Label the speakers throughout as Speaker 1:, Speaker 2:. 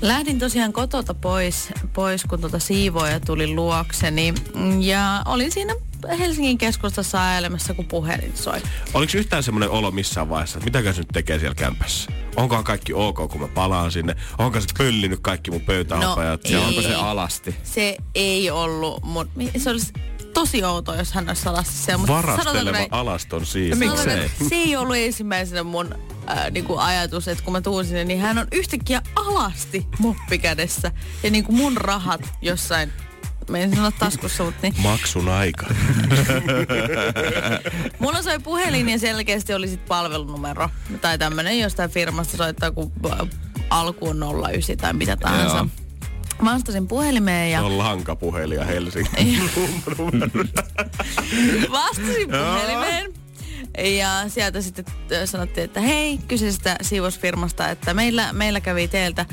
Speaker 1: Lähdin tosiaan kotota pois, pois kun tuota siivoja tuli luokseni. Ja olin siinä Helsingin keskustassa ajelemässä, kun puhelin soi.
Speaker 2: Oliko yhtään semmoinen olo missään vaiheessa, että mitäkö se nyt tekee siellä kämpässä? Onkohan kaikki ok, kun mä palaan sinne? Onko se pöllinyt kaikki mun pöytäapajat?
Speaker 1: No,
Speaker 2: ja
Speaker 1: ei.
Speaker 2: onko se...
Speaker 3: alasti?
Speaker 1: Se ei ollut, mutta se olisi tosi outoa, jos hän olisi alasti siellä. No, Mutta sanotaanko
Speaker 2: Varasteleva
Speaker 1: näin-
Speaker 2: alaston siis.
Speaker 1: sanotaanko, että Se ei ollut ensimmäisenä mun äh, niinku ajatus, että kun mä tuun sinne, niin hän on yhtäkkiä alasti moppi kädessä. Ja niinku mun rahat jossain, mä en sano taskussa, mutta niin
Speaker 2: Maksun aika.
Speaker 1: Mulla soi puhelin ja selkeästi oli sit palvelunumero. Tai tämmönen jostain firmasta soittaa, kun äh, alku on 09 tai mitä tahansa.
Speaker 3: Joo.
Speaker 1: Mä vastasin puhelimeen
Speaker 2: Se
Speaker 1: ja
Speaker 2: on lankapuhelija Helsingin.
Speaker 1: vastasin puhelimeen. Ja sieltä sitten äh, sanottiin, että hei, kyseisestä siivousfirmasta, että meillä, meillä kävi teiltä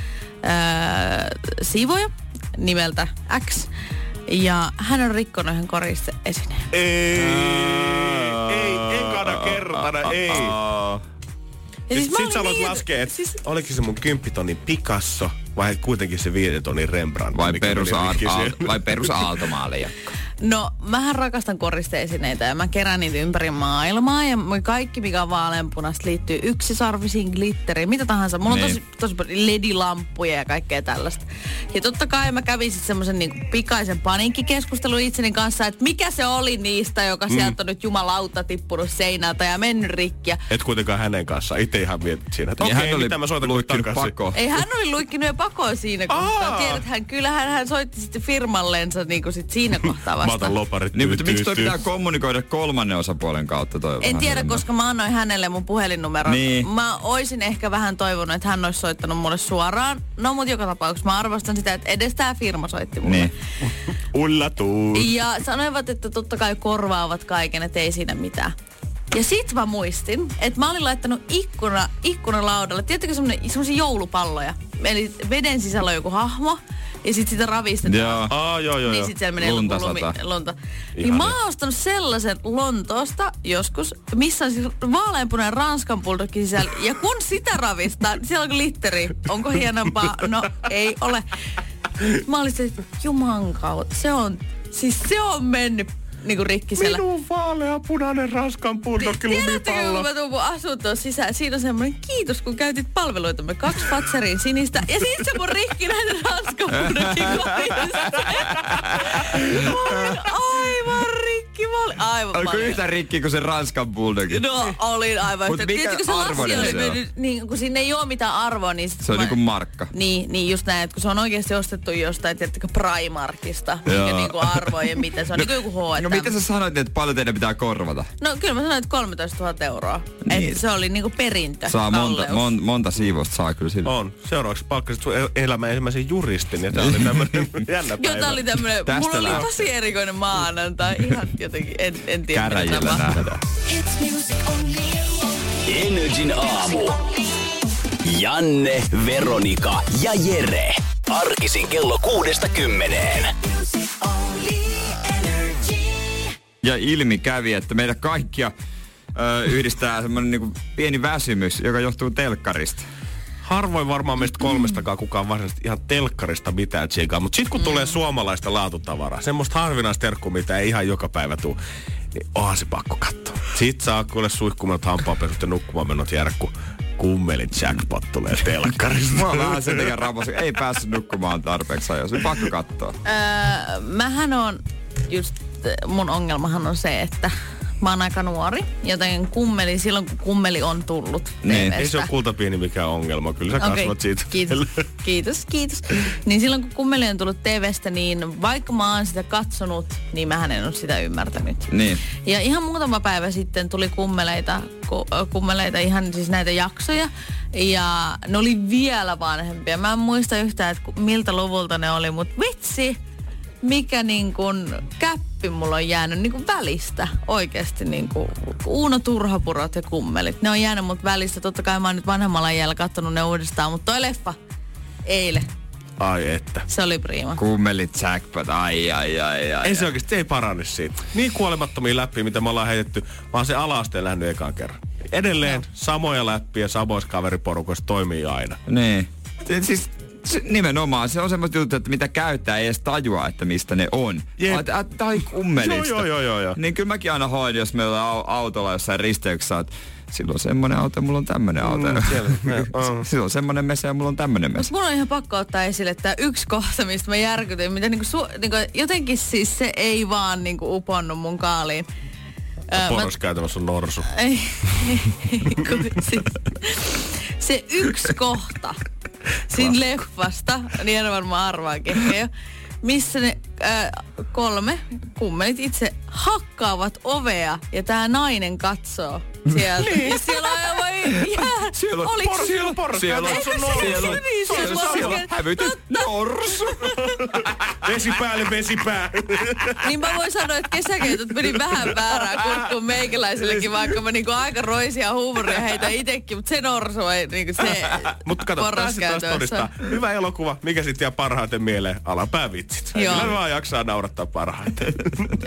Speaker 1: ää, siivoja nimeltä X. Ja hän on rikkonut yhden koriste esineen.
Speaker 2: ei, ei, ekana kertana, ei.
Speaker 1: Ja
Speaker 2: Siis
Speaker 1: mä
Speaker 2: sit
Speaker 1: olin
Speaker 2: sä aloit
Speaker 1: niin-
Speaker 2: laskea, että
Speaker 1: siis-
Speaker 2: siis... oliko se mun 10 tonnin Picasso vai kuitenkin se 5 tonnin Rembrandt.
Speaker 3: Vai
Speaker 2: mikä
Speaker 3: perus,
Speaker 2: meni rikki siellä?
Speaker 3: aal- vai Niin perus aaltomaaleijakka?
Speaker 1: No, mähän rakastan koristeesineitä ja mä kerään niitä ympäri maailmaa ja mun kaikki, mikä on vaaleanpunasta, liittyy yksisarvisiin, glitteriin, mitä tahansa. Mulla on
Speaker 3: Niin.
Speaker 1: tosi, tosi paljon ledilamppuja ja kaikkea tällaista. Ja totta kai mä kävin sitten semmoisen niinku pikaisen paniikkikeskustelun itseni kanssa, että mikä se oli niistä, joka
Speaker 2: Mm.
Speaker 1: sieltä on nyt jumalauta tippunut seinältä ja mennyt rikki. Ja
Speaker 2: Et kuitenkaan hänen kanssa. Itse ihan mietit siinä, että okei,
Speaker 3: Ja Niin hän oli
Speaker 2: mitä mä soitan nyt
Speaker 3: luikkinut
Speaker 2: takaisin.
Speaker 3: pakoon.
Speaker 1: Ei hän oli luikkinut ja pakoon siinä kohtaa.
Speaker 2: Aa!
Speaker 1: Tiedät, hän, kyllähän hän soitti sitten firmallensa niinku sit siinä kohtaa
Speaker 2: Mä
Speaker 1: vasta.
Speaker 2: otan loparit.
Speaker 3: Niin,
Speaker 2: tyy,
Speaker 3: mutta miksi
Speaker 2: tyy,
Speaker 3: toi
Speaker 2: tyy.
Speaker 3: pitää kommunikoida kolmannen osapuolen kautta? Toi on
Speaker 1: En
Speaker 3: vähän
Speaker 1: tiedä,
Speaker 3: enemmän.
Speaker 1: koska mä annoin hänelle mun puhelinnumeron.
Speaker 3: Niin.
Speaker 1: Mä oisin ehkä vähän toivonut, että hän olisi soittanut mulle suoraan. No mut joka tapauksessa mä arvostan sitä, että edes tää firma soitti mulle.
Speaker 3: Niin.
Speaker 2: Ulla tuu.
Speaker 1: Ja sanoivat, että totta kai korvaavat kaiken, että ei siinä mitään. Ja sit mä muistin, että mä olin laittanut ikkuna, ikkunalaudalle, tiedättekö semmonen- semmosia joulupalloja? Eli veden sisällä on joku hahmo, ja sit sitä ravistetaan.
Speaker 3: Joo.
Speaker 2: Aa, joo, joo,
Speaker 1: Tota- Niin
Speaker 2: joo.
Speaker 1: sit siellä menee
Speaker 3: Lunta
Speaker 1: lumi,
Speaker 3: sataa.
Speaker 1: lunta. Niin
Speaker 2: Ihan
Speaker 1: mä oon ostanut sellaisen Lontoosta joskus, missä on siis vaaleanpunainen Ranskan bulldogin sisällä. Ja kun sitä ravistaa, niin siellä on glitteri. Onko hienompaa? No ei ole. Mä olin se, että juman kautta. Se on, siis se on mennyt niinku rikki siellä.
Speaker 2: Minun vaalea punainen raskan
Speaker 3: Niin,
Speaker 2: pullokki
Speaker 1: Tiedättekö, kun
Speaker 2: lumipallo.
Speaker 1: mä tuun mun asuntoon sisään, siinä on semmoinen kiitos, kun käytit palveluitamme kaksi patsarin sinistä. Ja sit se mun rikki näitä raskapuudekin Mä olin aivan rikki, mä olin aivan
Speaker 3: Oliko
Speaker 1: paljon.
Speaker 3: yhtä rikki kuin se Ranskan bulldogin?
Speaker 1: No, olin aivan
Speaker 3: Mut
Speaker 1: yhtä.
Speaker 3: mikä
Speaker 1: Tiedätkö, se lassi
Speaker 3: arvoinen
Speaker 1: oli
Speaker 3: se on?
Speaker 1: mennyt, niin kun sinne ei oo mitään arvoa, niin sit
Speaker 3: Se on
Speaker 1: mä-
Speaker 3: niinku markka.
Speaker 1: niin, niin just näin, että kun se on oikeasti ostettu jostain, tiedättekö, Primarkista, mikä
Speaker 3: Joo.
Speaker 1: niinku arvo ja mitä se on, niin kuin joku H&M.
Speaker 3: No mitä sä sanoit, että paljon teidän pitää korvata?
Speaker 1: No kyllä mä sanoin, että 13 000 euroa. Niin.
Speaker 3: Niin.
Speaker 1: Että se oli niinku perintö.
Speaker 3: Saa monta,
Speaker 1: kalleus.
Speaker 3: mon, monta siivosta saa kyllä sillä.
Speaker 2: On. Seuraavaksi palkkasit sun el- elämän ensimmäisen juristin ja tää oli tämmönen jännä
Speaker 1: Joo, tää oli
Speaker 2: päivä.
Speaker 1: tämmönen,
Speaker 3: Tästä
Speaker 1: mulla oli
Speaker 3: lähtee.
Speaker 1: tosi erikoinen maanantai. Ihan jotenkin, en, en tiedä
Speaker 3: Käräjillä nähdään.
Speaker 4: Energin aamu. Janne, Veronika ja Jere. Arkisin kello kuudesta kymmeneen.
Speaker 3: Ja ilmi kävi, että meitä kaikkia ö, yhdistää semmoinen niinku pieni väsymys, joka johtuu telkkarista.
Speaker 2: Harvoin varmaan meistä kolmestakaan kukaan varsinaisesti ihan telkkarista mitään tsiikaa. Mutta sit kun
Speaker 1: Mm.
Speaker 2: tulee suomalaista laatutavaraa, semmoista harvinaisterkkua, mitä ei ihan joka päivä tuu, niin onhan se pakko katsoa. Sit saa kuule suihkumat, hampaanpesut ja nukkumaan menot jäädä, kun kummelin jackpot tulee telkkarista.
Speaker 3: Mua vähän sen takia rapas, ei päässyt nukkumaan tarpeeksi ajoissa. Pakko katsoa.
Speaker 1: Öö, mähän on, just äh, mun ongelmahan on se, että mä oon aika nuori, joten kummeli, silloin kun kummeli on tullut
Speaker 3: Niin.
Speaker 1: TVstä.
Speaker 2: Ei se ole kultapieni mikään ongelma, kyllä sä
Speaker 1: Okei,
Speaker 2: kasvat siitä.
Speaker 1: Kiitos, kiitos, kiitos. Niin silloin kun kummeli on tullut TVstä, niin vaikka mä oon sitä katsonut, niin mä en ole sitä ymmärtänyt.
Speaker 3: Niin.
Speaker 1: Ja ihan muutama päivä sitten tuli kummeleita, ku, ö, kummeleita ihan siis näitä jaksoja. Ja ne oli vielä vanhempia. Mä en muista yhtään, että ku- miltä luvulta ne oli, mutta vitsi! mikä niin kuin käppi mulla on jäänyt niin kuin välistä oikeasti. Niin kuin Uuno Turhapurot ja kummelit. Ne on jäänyt mut välistä. Totta kai mä oon nyt vanhemmalla iällä kattonut ne uudestaan, mutta toi leffa eilen.
Speaker 2: Ai että.
Speaker 1: Se oli priima.
Speaker 3: Kummelit, jackpot, ai ai ai ai.
Speaker 2: Ei se oikeasti, ei parane siitä. Niin kuolemattomia läppiä, mitä me ollaan heitetty, vaan se alaasteen lähnyt ekaan kerran. Edelleen no. samoja läppiä samoissa kaveriporukoissa toimii aina.
Speaker 3: Niin. Se- Siis se, nimenomaan se on semmoista juttu, että mitä käyttää ei edes tajua, että mistä ne on.
Speaker 2: Jep.
Speaker 3: Ai- ai- Tai kummelista.
Speaker 2: Joo, joo, joo, joo, joo.
Speaker 3: Niin kyllä mäkin aina hoin, jos me ollaan au- autolla jossain risteyksessä, että sillä on semmonen auto ja mulla on tämmönen auto. Mm,
Speaker 2: siellä, joo.
Speaker 3: sillä on semmonen mesa ja mulla on tämmönen mesa.
Speaker 1: Mutta mun on ihan pakko ottaa esille tämä yksi kohta, mistä mä järkytyin, mitä niinku su- niinku, jotenkin siis se ei vaan niinku uponnut mun kaaliin. Ö, mä-
Speaker 2: Poros käytävässä on norsu.
Speaker 1: Ei, kun siis, se yksi kohta siinä leffasta, niin en varmaan arvaakin ehkä jo, missä ne äh, kolme kummelit itse hakkaavat ovea ja tämä nainen katsoo sieltä. Ja siellä on aivan jää.
Speaker 3: Siellä on
Speaker 1: Oliks-
Speaker 3: por- siellä on porras-
Speaker 2: Siellä on-
Speaker 1: Eikö se
Speaker 2: norsu.
Speaker 1: siellä on-
Speaker 2: Siellä on-
Speaker 1: siellä on-
Speaker 3: Siellä on hävytön norsu.
Speaker 2: Vesi päälle, vesi päälle.
Speaker 1: Niin mä voin sanoa, että kesäkeitot meni vähän väärään kurkkuun meikäläisellekin, vaikka mä niinku aika roisia huumoria heitä itekin, mutta se norsu ei niinku se
Speaker 2: Mutta kato,
Speaker 1: porras
Speaker 2: tää sitten taas
Speaker 1: käytävässä.
Speaker 2: todistaa. Hyvä elokuva, mikä sitten jää parhaiten mieleen? Alapäävitsit.
Speaker 1: Joo.
Speaker 2: Kyllä vaan jaksaa naurattaa parhaiten.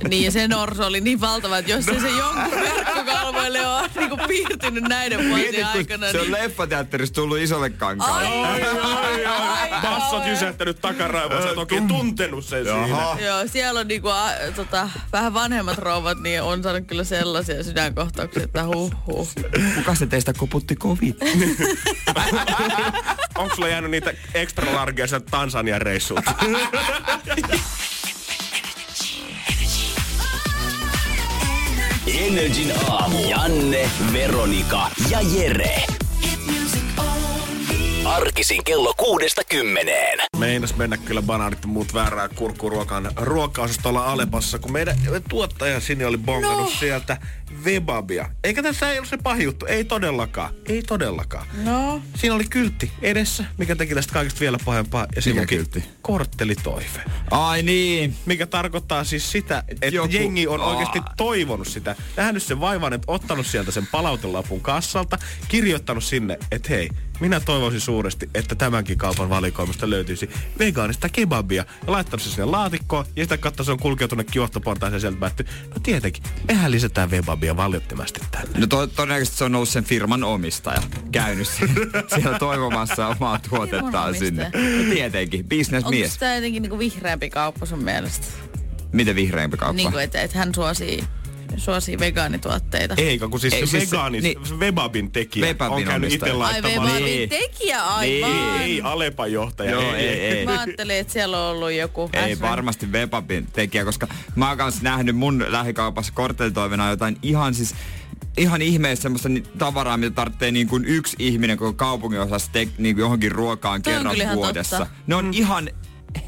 Speaker 1: Niin ja se norsu oli niin valtava, että jos se, se jonkun verkkokalvoille on niinku piirtynyt näiden vuosien aikana,
Speaker 3: se on
Speaker 1: niin...
Speaker 3: leffateatterissa tullut isolle kankaalle.
Speaker 1: Ai,
Speaker 2: Ai, ai,
Speaker 1: ai,
Speaker 2: Bassot
Speaker 1: ai.
Speaker 2: jysähtänyt takaraivoon. Sä et oikein tuntenut sen siinä.
Speaker 3: Jaha.
Speaker 1: Joo, siellä on niinku, a, tota, vähän vanhemmat rouvat, niin on saanut kyllä sellaisia sydänkohtauksia, että huh huh.
Speaker 3: Kuka se teistä koputti kovin?
Speaker 2: Onko sulla jäänyt niitä extra largeja sieltä Tansanian reissulta?
Speaker 4: Energin aamu. Janne, Veronika ja Jere. Arkisin kello kuudesta kymmeneen.
Speaker 2: Meinas mennä kyllä banaanit ja muut väärään kurkkuruokan ruokaosastolla Alepassa, kun meidän tuottaja Sini oli bongannut no. sieltä vebabia. Eikä tässä ei ole se pahin juttu, ei todellakaan, ei todellakaan.
Speaker 1: No.
Speaker 2: Siinä oli kyltti edessä, mikä teki tästä kaikesta vielä pahempaa, ja siinä
Speaker 3: Mikä
Speaker 2: luki
Speaker 3: kyltti?
Speaker 2: korttelitoive.
Speaker 3: Ai niin.
Speaker 2: Mikä tarkoittaa siis sitä, että
Speaker 3: joku-
Speaker 2: jengi on
Speaker 3: Aa.
Speaker 2: oikeasti toivonut sitä. Nähnyt sen vaivan, että ottanut sieltä sen palautelapun kassalta, kirjoittanut sinne, että hei, minä toivoisin suuresti, että tämänkin kaupan valikoimasta löytyisi vegaanista kebabia. Ja laittanut sen sinne laatikkoon, ja sitä kautta se on kulkeutunut johtoportaaseen ja sieltä päätty. No tietenkin, mehän lisätään kebabia valitettavasti tänne.
Speaker 3: No to, todennäköisesti se on ollut sen firman omistaja. Käynyt siellä- siellä toivomassa omaa tuotettaan
Speaker 1: omistaja.
Speaker 3: sinne. No tietenkin,
Speaker 1: Onko
Speaker 3: bisnesmies.
Speaker 1: tämä jotenkin niinku vihreämpi kauppa sun mielestä?
Speaker 3: Miten vihreämpi kauppa?
Speaker 1: Niin kuin, että et hän suosii, suosii vegaanituotteita.
Speaker 2: Eikä, kun siis
Speaker 3: Ei,
Speaker 2: ei,
Speaker 3: siis
Speaker 2: siis
Speaker 3: se-
Speaker 2: vegaanis,
Speaker 3: niin.
Speaker 2: niin, vebabin tekijä
Speaker 3: Vebabin
Speaker 2: on käynyt itse
Speaker 3: omistaja.
Speaker 1: Ai
Speaker 2: laittamassa.
Speaker 1: vebabin
Speaker 3: Niin.
Speaker 1: tekijä, aivan.
Speaker 2: Ei, ei Alepan johtaja.
Speaker 3: Joo, ei, ei.
Speaker 1: Mä ajattelin, että siellä on ollut joku
Speaker 3: Ei
Speaker 1: S-
Speaker 3: varmasti webapin tekijä, koska mä oon kanssa nähnyt mun lähikaupassa korttelitoimena jotain ihan siis ihan ihmeessä semmoista ni- tavaraa, mitä tarvitsee niin kuin yksi ihminen koko kaupungin osassa te- niin kuin johonkin ruokaan
Speaker 1: Toi on
Speaker 3: kerran
Speaker 1: kyllä ihan
Speaker 3: vuodessa.
Speaker 1: totta. Mm.
Speaker 3: Ne on ihan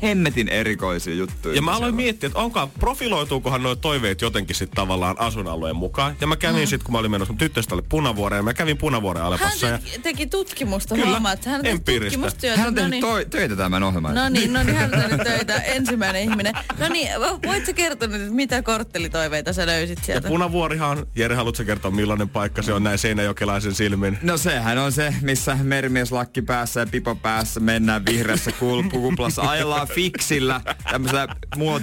Speaker 3: hemmetin erikoisia juttuja.
Speaker 2: Ja mä
Speaker 3: siellä
Speaker 2: aloin
Speaker 3: on.
Speaker 2: miettiä, että onko, profiloituukohan nuo toiveet jotenkin sitten tavallaan asuinalueen mukaan. Ja mä kävin mm. sitten, kun mä olin menossa mun tyttöstä oli punavuoreen, ja mä kävin punavuoreen
Speaker 1: Hän
Speaker 2: Alepassa. Ja...
Speaker 1: teki, teki tutkimusta,
Speaker 2: Kyllä,
Speaker 1: huomaat. Hän teki
Speaker 2: empiiristä.
Speaker 1: tutkimustyötä.
Speaker 3: Hän on tehnyt
Speaker 1: no
Speaker 3: toi, töitä tämän ohjelman.
Speaker 1: No niin, no niin, hän on tehnyt töitä. Ensimmäinen ihminen. No niin, vo- voit sä kertoa nyt, että mitä korttelitoiveita sä löysit
Speaker 2: Ja
Speaker 1: sieltä?
Speaker 2: punavuorihan, Jere, haluatko sä kertoa millainen paikka se on näin seinäjokelaisen silmin?
Speaker 3: No sehän on se, missä merimieslakki päässä ja pipo päässä mennään vihreässä kul- kuplassa. Ajellaan fiksillä, tämmöisellä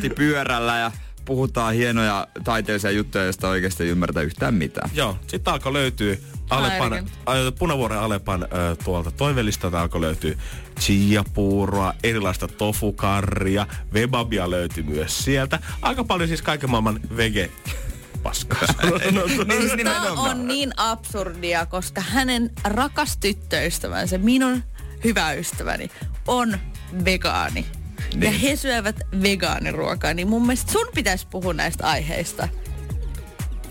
Speaker 3: muotipyörällä ja puhutaan hienoja taiteellisia juttuja, joista oikeasti ei ymmärtä yhtään mitään.
Speaker 2: Joo, sit alkoi löytyä Alepan,
Speaker 1: Ai, oikein.
Speaker 2: ä, Punavuoren Alepan ä, tuolta toivelistalta alkoi löytyä chiapuuroa, erilaista tofukarria, webabia löytyi myös sieltä. Aika paljon siis kaiken maailman vege paskaa.
Speaker 3: Niin siis
Speaker 1: Tämä
Speaker 3: nimenomaan.
Speaker 1: on niin absurdia, koska hänen rakas tyttöystävänsä, minun hyvä ystäväni, on vegaani. Niin. Ja
Speaker 3: Niin.
Speaker 1: he syövät vegaaniruokaa, niin mun mielestä sun pitäisi puhua näistä aiheista.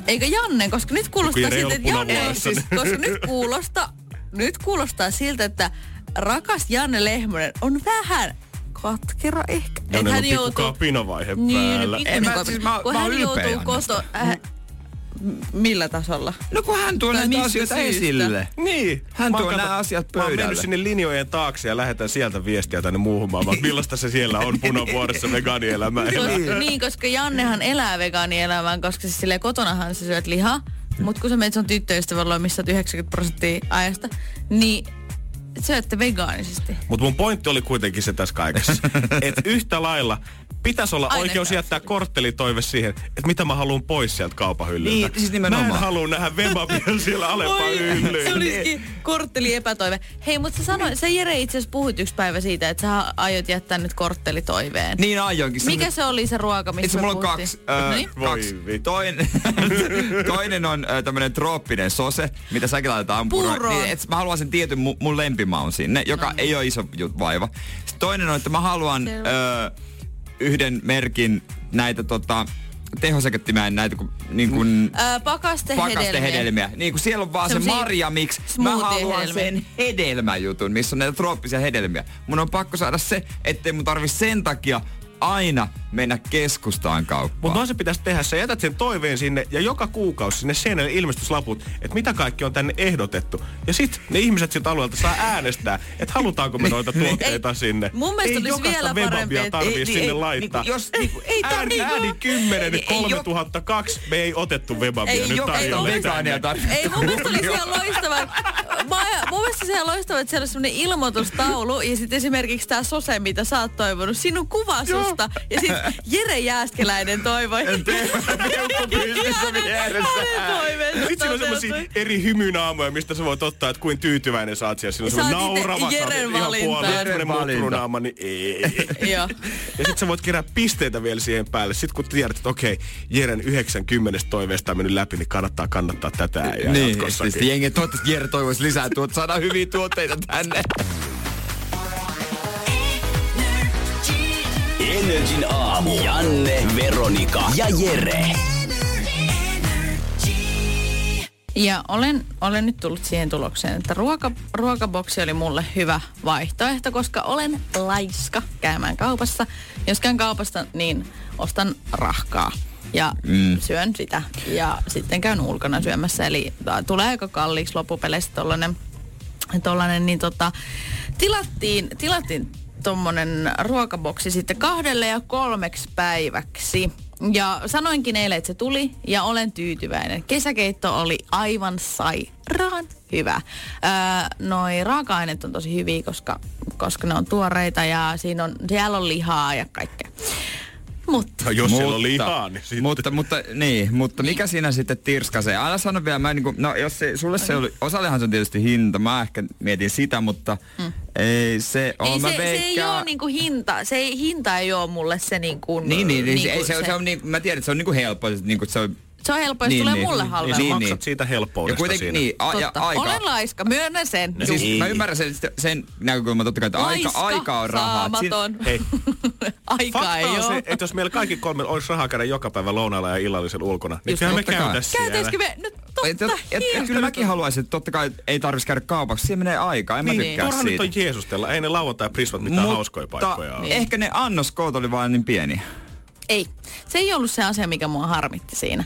Speaker 1: Eikä Janne, koska nyt kuulostaa
Speaker 2: Jere ei
Speaker 1: siltä,
Speaker 2: ollut
Speaker 1: että Janne,
Speaker 2: punavuoressa,
Speaker 1: siis, koska nyt kuulostaa, nyt kuulostaa siltä, että rakas Janne Lehmonen on vähän katkera ehkä.
Speaker 2: Ja
Speaker 1: Että
Speaker 2: ne on
Speaker 1: hän
Speaker 2: pikku
Speaker 1: joutuu
Speaker 2: kapinovaihe
Speaker 1: Niin,
Speaker 2: päällä.
Speaker 1: pikku-
Speaker 3: En mä-
Speaker 1: kopi-
Speaker 3: siis mä-
Speaker 1: kun
Speaker 3: mä oon
Speaker 1: hän
Speaker 3: ylpeä
Speaker 1: joutuu
Speaker 3: Jannesta.
Speaker 1: koto, äh, M- millä tasolla?
Speaker 3: No kun hän tuo
Speaker 1: Tai
Speaker 3: näitä
Speaker 1: mistä
Speaker 3: asioita
Speaker 1: syystä?
Speaker 3: esille.
Speaker 2: Niin.
Speaker 3: Hän
Speaker 2: Mä
Speaker 3: tuo
Speaker 2: oon
Speaker 3: nämä
Speaker 2: kato-
Speaker 3: asiat
Speaker 2: Mä oon
Speaker 3: pöydälle.
Speaker 2: mennyt sinne linjojen taakse ja lähetän sieltä viestiä tänne muuhun maailmaan. Millaista se siellä on punavuoressa veganielämä.
Speaker 1: Koska, niin, koska Jannehan elää vegaanielämään, koska siis silleen kotonahan sä syöt lihaa. Mutta kun sä menet sun tyttöystävällä missä 90 prosenttia ajasta, niin syötte vegaanisesti.
Speaker 2: Mutta mun pointti oli kuitenkin se tässä kaikessa. että yhtä lailla pitäisi olla
Speaker 1: Aina
Speaker 2: oikeus
Speaker 1: hyvä.
Speaker 2: jättää korttelitoive siihen, että mitä mä haluan pois sieltä kaupan hyllyltä.
Speaker 3: Niin, siis nimenomaan.
Speaker 2: Mä en halua nähdä Veba vielä siellä Aleppa
Speaker 1: se
Speaker 2: hyllyllä.
Speaker 1: olisikin kortteli epätoive. Hei, mutta sä sanoit, sä Jere itse asiassa puhuit yksi päivä siitä, että sä aiot jättää nyt korttelitoiveen.
Speaker 3: Niin aionkin. Se-
Speaker 1: Mikä se oli se ruoka, mistä
Speaker 3: Itse
Speaker 1: me
Speaker 3: mulla on
Speaker 1: puhuttiin?
Speaker 3: kaksi. Äh,
Speaker 1: No niin.
Speaker 2: Voi
Speaker 3: kaksi.
Speaker 2: vittu.
Speaker 3: Toinen, toinen on äh, tämmönen trooppinen sose, mitä säkin laitetaan ampuroon.
Speaker 1: Puuroon.
Speaker 3: Niin, et mä haluan sen tietyn mu- mun lempimaun sinne, joka no. ei ole iso jut- vaiva. Sitten toinen on, että mä haluan
Speaker 1: Selvä.
Speaker 3: äh, yhden merkin näitä tota, tehosekettimään näitä kun, niin kun,
Speaker 1: Ö, pakastehedelmiä.
Speaker 3: pakastehedelmiä. Niin kun siellä on vaan se
Speaker 1: Semmosia
Speaker 3: marja, miksi mä haluan
Speaker 1: smoothie-hedelmiä.
Speaker 3: sen hedelmäjutun, missä on näitä trooppisia hedelmiä. Mun on pakko saada se, ettei mun tarvi sen takia aina mennä keskustaan kauppaan.
Speaker 2: Mutta noin se pitäisi tehdä. Sä jätät sen toiveen sinne ja joka kuukausi sinne seinälle ilmestyslaput, että mitä kaikki on tänne ehdotettu. Ja sit ne ihmiset sieltä alueelta saa äänestää, että halutaanko me noita tuotteita sinne.
Speaker 1: Niin. mun mielestä
Speaker 2: ei
Speaker 1: olisi
Speaker 2: jokaista
Speaker 1: vielä
Speaker 2: webabia
Speaker 1: parempi, että-
Speaker 2: tarvii
Speaker 1: Ei,
Speaker 2: sinne laittaa.
Speaker 3: Niin, jos, niin, ei
Speaker 1: ei tää
Speaker 2: ääni,
Speaker 1: niinku-
Speaker 2: ääni 10,
Speaker 1: ei- ei
Speaker 2: 3002. Me ei otettu webabia
Speaker 1: Ei
Speaker 2: nyt
Speaker 1: jo- ei
Speaker 2: tarjolle.
Speaker 1: ole
Speaker 2: tänne.
Speaker 3: vegaania tarvitse.
Speaker 1: Ei, mun mielestä olisi ihan loistava. Mä, mun mielestä se ihan loistava, että siellä on semmoinen ilmoitustaulu ja sitten esimerkiksi tää sose, mitä sä oot toivonut, sinun kuvasusta. Ja sitten Jere Jääskeläinen toivoi.
Speaker 3: Peukkupystyssä vieressä.
Speaker 1: Hänen toiveensa
Speaker 2: Sitten siinä on
Speaker 1: toteutui.
Speaker 2: semmosia eri hymynaamoja, mistä sä voit ottaa, että kuin tyytyväinen sä oot siellä. Siinä on
Speaker 1: Sä oot
Speaker 2: semmoinen
Speaker 1: itse
Speaker 2: naurava, sä oot
Speaker 1: Jeren
Speaker 2: ihan
Speaker 1: valintaan.
Speaker 2: puoli, semmoinen
Speaker 3: Jeren
Speaker 2: muuttunut
Speaker 3: valinta.
Speaker 2: naama, niin ei.
Speaker 1: Joo.
Speaker 2: Ja sit sä voit kerää pisteitä vielä siihen päälle. Sit kun tiedät, että okei, Jeren 90 toiveesta on mennyt läpi, niin kannattaa kannattaa tätä ja niin,
Speaker 3: Niin, siis
Speaker 2: jatkossakin.
Speaker 3: jengi toivottavasti Jere toivoisi lisää, tuot saadaan hyviä tuotteita tänne.
Speaker 4: Energin aamu. Janne, Veronika ja Jere.
Speaker 1: Ja olen, olen nyt tullut siihen tulokseen, että ruoka, ruokaboksi oli mulle hyvä vaihtoehto, koska olen laiska käymään kaupassa. Jos käyn kaupasta, niin ostan rahkaa ja mm. syön sitä. Ja sitten käyn ulkona syömässä, eli tää tulee aika kalliiksi loppupeleissä tollanen, tollanen niin tota, tilattiin, tilattiin tommonen ruokaboksi sitten kahdelle ja kolmeksi päiväksi. Ja sanoinkin eilen, että se tuli ja olen tyytyväinen. Kesäkeitto oli aivan sairaan hyvä. Öö, noi raaka-aineet on tosi hyviä, koska, koska ne on tuoreita ja siinä on, siellä on lihaa ja kaikkea. Mutta
Speaker 2: No, jos siellä on lihaa, niin sit...
Speaker 3: Mutta, mutta, niin, mutta mikä siinä sitten tirskasee? Aina sano vielä, mä niinku, no jos se, sulle se oli, osallehan se on tietysti hinta, mä ehkä mietin sitä, mutta mm. ei se ole,
Speaker 1: ei,
Speaker 3: mä
Speaker 1: se, se ei
Speaker 3: veikkaan-
Speaker 1: ole niinku hinta, se ei, hinta ei ole mulle se niinku,
Speaker 3: Niin, niin, niin, se, ei, se, on- se, on niinku, mä tiedän, että se on niinku helppo, että niinku, se on
Speaker 1: se on helppo, jos
Speaker 3: Niin,
Speaker 1: tulee
Speaker 3: niin,
Speaker 1: mulle
Speaker 3: niin,
Speaker 1: halvemmin.
Speaker 2: niin,
Speaker 3: niin,
Speaker 2: maksat
Speaker 3: niin.
Speaker 2: siitä helpoudesta
Speaker 3: Ja kuitenkin
Speaker 2: siinä. Niin.
Speaker 3: niin, a, ja
Speaker 1: Totta.
Speaker 3: aika.
Speaker 1: Olen laiska, myönnän sen.
Speaker 3: siis
Speaker 1: Juu.
Speaker 3: mä ymmärrän sen, sen näkökulman totta kai, että aika,
Speaker 1: Laiska,
Speaker 3: aika on rahaa. Siis- Et siinä-
Speaker 1: Saamaton.
Speaker 2: Hei,
Speaker 1: Aika
Speaker 2: fakta
Speaker 1: ei
Speaker 2: on se,
Speaker 1: ole.
Speaker 2: että jos meillä kaikki kolme olisi rahaa käydä joka päivä lounaalla ja illallisen ulkona, niin
Speaker 3: Just
Speaker 2: kyllä me
Speaker 3: totta kai.
Speaker 2: käytäis siellä.
Speaker 1: Käytäisikö me? No
Speaker 3: Et, et,
Speaker 1: totta
Speaker 3: et, et, kyllä mäkin haluaisin, että totta kai ei tarvitsisi käydä kaupaksi, siihen menee aikaa, en mä
Speaker 2: Niin,
Speaker 3: tykkää
Speaker 2: turha nyt
Speaker 3: siitä.
Speaker 2: on Jeesustella. Ei ne lauantai prismat mitään
Speaker 3: Mutta
Speaker 2: hauskoja paikkoja ole.
Speaker 3: Ehkä ne annoskoot oli vain niin pieni.
Speaker 1: Ei, se ei ollut se asia, mikä mua harmitti siinä,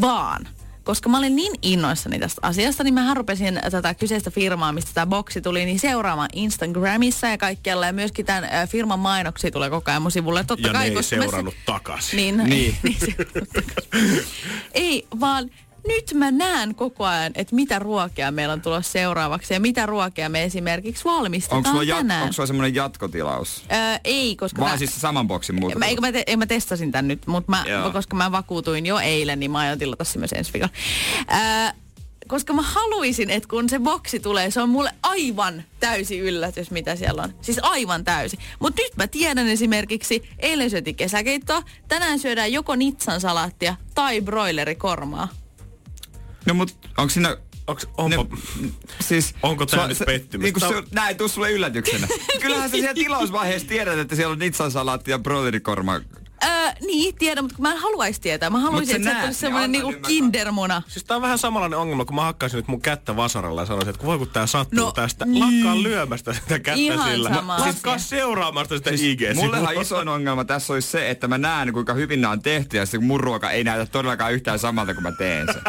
Speaker 1: vaan koska mä olin niin innoissani tästä asiasta, niin mä rupesin tätä kyseistä firmaa, mistä tämä boksi tuli, niin seuraamaan Instagramissa ja kaikkialla. Ja myöskin tämän ä, firman mainoksia tulee koko ajan mun sivulle. Totta
Speaker 2: Ja ne
Speaker 1: kai,
Speaker 2: ei
Speaker 1: koska mä se-
Speaker 2: seurannut takaisin.
Speaker 1: Niin, niin. niin seurannut takaisin. ei, vaan nyt mä näen koko ajan, että mitä ruokia meillä on tulossa seuraavaksi ja mitä ruokia me esimerkiksi valmistetaan
Speaker 3: Onko sulla, jat,
Speaker 1: tänään.
Speaker 3: onko sulla semmoinen jatkotilaus?
Speaker 1: Öö, ei, koska
Speaker 3: Vaan
Speaker 1: mä-
Speaker 3: siis saman boksin muuta.
Speaker 1: Mä, eikö mä, te, ei, mä testasin tän nyt, mutta mä,
Speaker 3: Joo.
Speaker 1: koska mä vakuutuin jo eilen, niin mä aion tilata sen myös ensi viikolla. Ää, koska mä haluaisin, että kun se boksi tulee, se on mulle aivan täysi yllätys, mitä siellä on. Siis aivan täysi. Mutta nyt mä tiedän esimerkiksi, eilen syötiin kesäkeittoa, tänään syödään joko nitsan salaattia tai broilerikormaa.
Speaker 3: No mut onko siinä...
Speaker 2: Onks, onpa,
Speaker 3: Siis,
Speaker 2: Onko tää
Speaker 3: sua-
Speaker 2: nyt
Speaker 3: se-
Speaker 2: pettymys?
Speaker 3: Niinku
Speaker 2: Tää
Speaker 3: se,
Speaker 2: on-
Speaker 3: nää ei tuu sulle yllätyksenä. Kyllähän sä siellä tilausvaiheessa tiedät, että siellä on nitsansalaatti ja broilerikorma
Speaker 1: Öö, niin, tiedän, mutta kun mä en haluaisi tietää. Mä haluaisin,
Speaker 3: sä
Speaker 1: että sä
Speaker 3: näet
Speaker 1: tulisi
Speaker 3: ne,
Speaker 1: semmoinen
Speaker 3: anna
Speaker 1: niinku
Speaker 3: ymmärtää.
Speaker 1: kindermuna.
Speaker 2: Siis tää on vähän samanlainen ongelma, kun mä hakkaisin nyt mun kättä vasaralla ja sanoisin, että kun voi kun tää sattuu
Speaker 1: No,
Speaker 2: tästä, lakkaa lyömästä sitä kättä
Speaker 1: Ihan
Speaker 2: sillä.
Speaker 1: sama
Speaker 2: Mä,
Speaker 1: asia.
Speaker 2: lakkaa seuraamasta sitä siis ig
Speaker 3: Mullehan isoin ongelma tässä olisi se, että mä näen kuinka hyvin nämä on tehty ja sitten mun ruoka ei näytä todellakaan yhtään samalta kuin mä teen sen.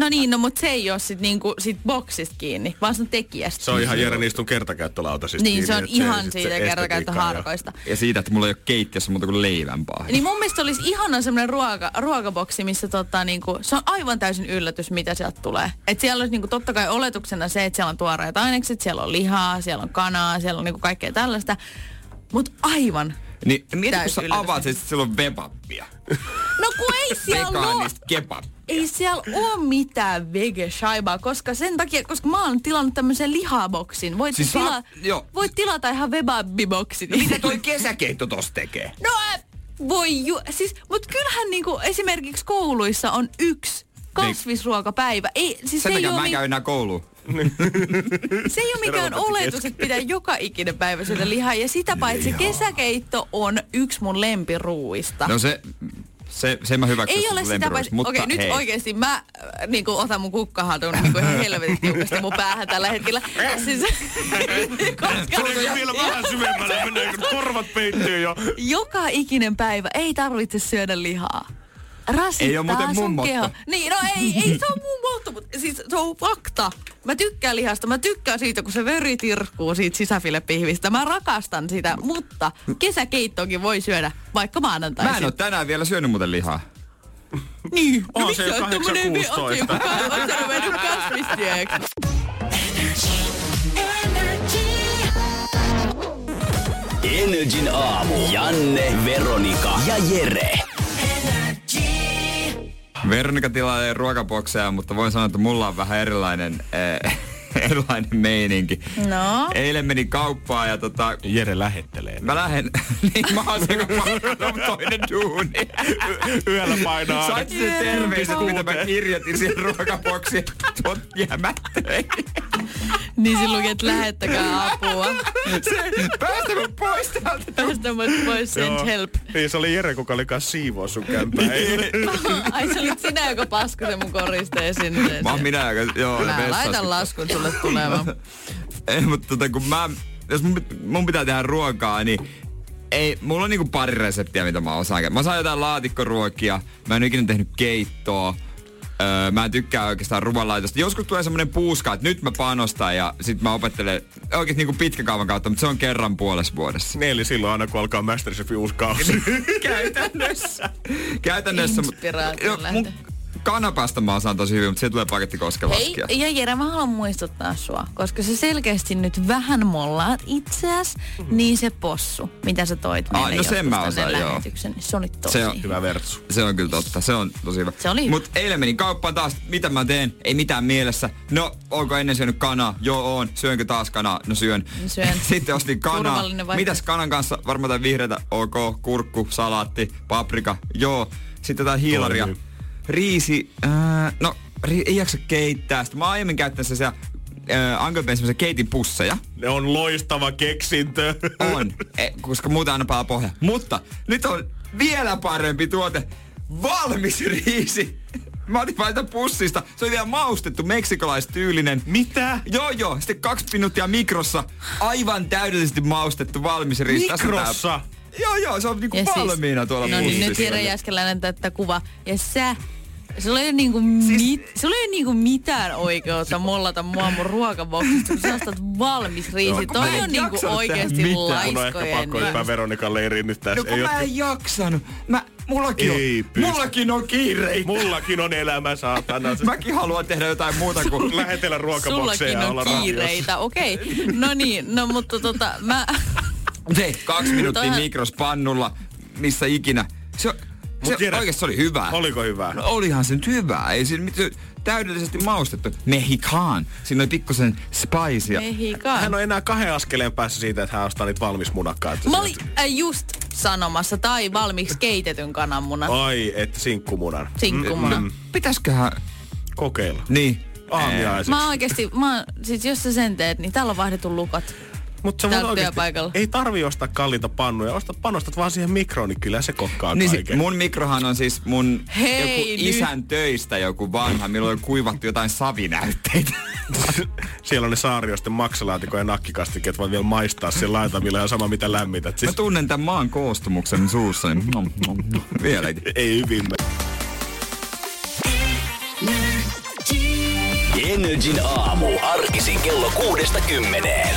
Speaker 1: No niin, no mutta se ei ole sit, niinku, sit boksista kiinni, vaan se on tekijästä.
Speaker 2: Se on ihan Jeren istun kertakäyttölautasista.
Speaker 1: niin, se on
Speaker 2: kiinni, et
Speaker 1: ihan
Speaker 2: sit se
Speaker 1: siitä kertakäyttö
Speaker 2: estetiikka ei oo-
Speaker 1: harkoista.
Speaker 3: Ja siitä, että mulla ei ole keittiössä muuta kuin leivänpahja.
Speaker 1: Niin mun mielestä olisi ihana semmoinen ruoka, ruokaboksi, missä tota, niinku, se on aivan täysin yllätys, mitä sieltä tulee. Et siellä olisi niinku, totta kai oletuksena se, että siellä on tuoreet ainekset, siellä on lihaa, siellä on kanaa, siellä on niinku, kaikkea tällaista. Mutta aivan.
Speaker 3: Niin, mieti, kun
Speaker 1: Täysi
Speaker 3: sä
Speaker 1: yllätys.
Speaker 3: avaat sen, sit siellä on vebappia.
Speaker 1: No kun ei siellä ole,
Speaker 3: Vegaanista kebab.
Speaker 1: ei siellä ole mitään vegeshaibaa, koska sen takia, koska mä oon tilannut tämmöisen lihaboksin. Voit,
Speaker 3: Siis
Speaker 1: siis tila-
Speaker 3: sä- joo.
Speaker 1: voit tilata ihan vebabiboksin.
Speaker 3: No mitä toi kesäkeitto tos tekee?
Speaker 1: No äh, voi ju... Siis, mut kyllähän niinku esimerkiksi kouluissa on yksi kasvisruokapäivä. Ei, siis se,
Speaker 3: Sen
Speaker 1: ei
Speaker 3: takia
Speaker 1: ole,
Speaker 3: Niin. mä en
Speaker 1: mi-
Speaker 3: käy enää kouluun.
Speaker 1: se ei ole mikään oletus, että pitää joka ikinen päivä syödä lihaa. Ja sitä paitsi kesäkeitto on yksi mun lempiruuista.
Speaker 3: No se, se, se mä hyväksyn.
Speaker 1: Ah. ei
Speaker 3: sun
Speaker 1: ole sitä
Speaker 3: lempiruista,
Speaker 1: paitsi... Okei, nyt
Speaker 3: hei.
Speaker 1: oikeesti mä äh, niinku, otan mun kukkahadun niinku, ihan helvetin tiukasti mun päähän tällä hetkellä. Siis, koska...
Speaker 2: Tuleeko vielä vähän syvemmälle, menee korvat peittyy jo.
Speaker 1: joka ikinen päivä ei tarvitse syödä lihaa. Rasittaa
Speaker 3: Ei oo muuten
Speaker 1: sun
Speaker 3: mummotta.
Speaker 1: keho. Niin, no ei, ei se on mummotto, mutta siis se on fakta. Mä tykkään lihasta, mä tykkään siitä, kun se veri tirkkuu siitä sisäfilepihvistä. Mä rakastan sitä, mutta kesäkeittoonkin voi syödä vaikka maanantaisin.
Speaker 3: Mä en oo tänään vielä syönyt muuten lihaa.
Speaker 1: Niin, no
Speaker 2: On
Speaker 1: miksi
Speaker 2: se
Speaker 1: oot tommonen-
Speaker 2: 8.16.
Speaker 1: oot se joku- Oot sä mennyt kasvissyöjäksi?
Speaker 4: Energin aamu. Janne, Veronika ja Jere.
Speaker 3: Veronika tilailee ruokabokseja, mutta voin sanoa, että mulla on vähän erilainen, eh, erilainen meininki.
Speaker 1: No?
Speaker 3: Eilen meni kauppaan ja tota,
Speaker 2: Jere lähettelee.
Speaker 3: mä lähden, niin mä oon se, kun mä oon toinen duuni.
Speaker 2: Yöllä painaa.
Speaker 3: Sait sen terveiset, mitä mä kirjoitin siihen ruokaboksiin. Tuot jämättä.
Speaker 1: Niin se luki, että lähettäkää apua.
Speaker 3: Se, päästä mun pois täältä.
Speaker 1: Tästä mä pois
Speaker 2: Joo.
Speaker 1: send help. Niin.
Speaker 2: Niin, se oli Jere, kuka oli kanssa siivoo sun kämpää. Ei.
Speaker 1: Ai se olit sinä, joka paskasi mun koristeen sinne.
Speaker 3: Mä oon minä, joka, joo, ja
Speaker 1: Mä
Speaker 3: vessassa.
Speaker 1: laitan laskun sulle tulemaan.
Speaker 3: Ei, mutta tota, kun mä, jos mun, pit- mun pitää tehdä ruokaa, niin ei, mulla on niinku pari reseptiä, mitä mä osaan. Mä saan jotain laatikkoruokia, mä en ole ikinä tehnyt keittoa, Öö, mä en tykkää oikeastaan ruoanlaitosta. Joskus tulee semmonen puuska, että nyt mä panostan ja sit mä opettelen oikeesti niinku pitkän kaavan kautta, mutta se on kerran puolessa vuodessa.
Speaker 2: Niin, eli silloin aina kun alkaa Masterchefin uusi
Speaker 1: Niin.
Speaker 2: kausi.
Speaker 3: Käytännössä. Käytännössä. mut-
Speaker 1: Inspiraatio
Speaker 3: Joo, mun
Speaker 1: lähtee.
Speaker 3: kanapasta mä osaan tosi hyvin, mutta se tulee paketti
Speaker 1: Hei,
Speaker 3: koskelaskija.
Speaker 1: ja Jere, mä haluan muistuttaa sua, koska sä selkeästi nyt vähän mollaat itseäs, niin se possu, mitä sä toit meille
Speaker 3: Mm. no sen
Speaker 1: joskus
Speaker 3: mä osaan,
Speaker 1: tänne
Speaker 3: joo.
Speaker 1: lähetyksen, niin se oli tosi
Speaker 3: Se on-
Speaker 2: Hyvä vertsu.
Speaker 3: Se on kyllä totta, se on tosi hyvä.
Speaker 1: Se niin. oli hyvä.
Speaker 3: Mut eilen menin kauppaan taas, mitä mä teen, ei mitään mielessä. No, onko ennen syönyt kanaa? Joo, on. Syönkö taas kanaa? No syön.
Speaker 1: No syön.
Speaker 3: Sitten ostin kanaa.
Speaker 1: Turvallinen vaihtoehto.
Speaker 3: Mitäs kanan kanssa? Varmaan jotain vihreätä. Ok, kurkku, salaatti, paprika. Joo. Sitten jotain hiilaria.
Speaker 2: Toimii.
Speaker 3: Riisi. Äh, no, ri- ei jaksa keittää. Sitten mä oon aiemmin käyttänyt sellaisia äh, Uncle Ben's semmoisia keitin pusseja.
Speaker 2: Ne on loistava keksintö.
Speaker 3: On, e, koska muuten aina palaa pohja. Mutta nyt on vielä parempi tuote. Valmis riisi. Mä otin vain tätä pussista. Se oli vielä maustettu meksikolaistyylinen.
Speaker 2: Mitä?
Speaker 3: Joo joo, sitten kaksi minuuttia mikrossa. Aivan täydellisesti maustettu valmis riisi. Siis Tässä on tää-
Speaker 2: Mikrossa?
Speaker 3: Joo joo, se on niinku
Speaker 1: Ja siis-
Speaker 3: valmiina tuolla
Speaker 1: No niin,
Speaker 3: pussissa.
Speaker 1: nyt Jere Jäskeläinen tätä kuva. Ja sä, sulla ei ole niinku,
Speaker 3: Siis-
Speaker 1: mit, sulla ei ole niinku mitään oikeutta mollata mua mun ruokaboksista, kun sä ostat valmis riisi.
Speaker 3: Joo, kun mä
Speaker 1: Toi
Speaker 3: en
Speaker 1: on niinku
Speaker 3: jaksanut tehdä
Speaker 1: oikeesti
Speaker 3: mitään. Mun on
Speaker 2: Mun on ehkä
Speaker 1: laiskojen. niin.
Speaker 2: pakko hyppää Veronikan leiriin nyt tässä.
Speaker 3: No kun
Speaker 2: Ei
Speaker 3: mä
Speaker 2: oo-
Speaker 3: en jaksanut. Mä, mullakin,
Speaker 2: Ei
Speaker 3: on,
Speaker 2: pysty.
Speaker 3: mullakin on kiireitä.
Speaker 2: Mullakin on elämä, saatana.
Speaker 3: Mäkin haluan tehdä jotain muuta kuin...
Speaker 2: Lähetellä ruokabokseja
Speaker 1: Sullakin
Speaker 2: ja
Speaker 1: on
Speaker 2: olla radiossa.
Speaker 1: kiireitä, okei. No niin, no mutta tota, mä...
Speaker 3: Hei, kaksi minuuttia
Speaker 1: Toihan-
Speaker 3: mikrospannulla, missä ikinä. Se, se
Speaker 2: Mut Jere,
Speaker 3: oikeasti se oli hyvää.
Speaker 2: Oliko hyvää?
Speaker 3: No olihan se nyt hyvää. Ei siinä mitään täydellisesti maustettu. Mehikaan. Siinä oli pikkusen spicea.
Speaker 1: Mehikaan.
Speaker 2: Hän on enää kahden askeleen päässä siitä, että hän ostaa niitä valmismunakkaita.
Speaker 1: Mä olin äh, just sanomassa, tai valmiiksi keitetyn kananmunan,
Speaker 2: Ai, että sinkkumunan.
Speaker 1: sinkkumuna.
Speaker 3: Pitäisköhän...
Speaker 2: Kokeilla.
Speaker 3: Niin.
Speaker 2: Aamiaiseksi.
Speaker 1: Mä oon oikeesti, mä oon, siis jos sä sen teet, niin täällä on vaihdettu lukot.
Speaker 2: Mutta sä voit
Speaker 1: Täällä
Speaker 2: oikeasti,
Speaker 1: työpaikalla.
Speaker 2: ei tarvi ostaa kalliita pannuja. Osta, panostat vaan siihen mikroon, niin kyllä se kokkaa
Speaker 3: Niin si-
Speaker 2: kaiken.
Speaker 3: mun mikrohan on siis mun
Speaker 1: Hei,
Speaker 3: joku
Speaker 1: nyt.
Speaker 3: isän töistä joku vanha, milloin on kuivattu jotain savinäytteitä.
Speaker 2: Siellä on ne saariosten maksalaatikon ja nakkikastiket, vaan vielä maistaa sen laitamilla ja sama mitä lämmität.
Speaker 3: Mä
Speaker 2: Siis,
Speaker 3: tunnen tämän maan koostumuksen suussa. Niin nom, nom, nom. Vieläkin.
Speaker 2: ei hyvin.
Speaker 4: Energin aamu. Arkisin kello kuudesta kymmeneen.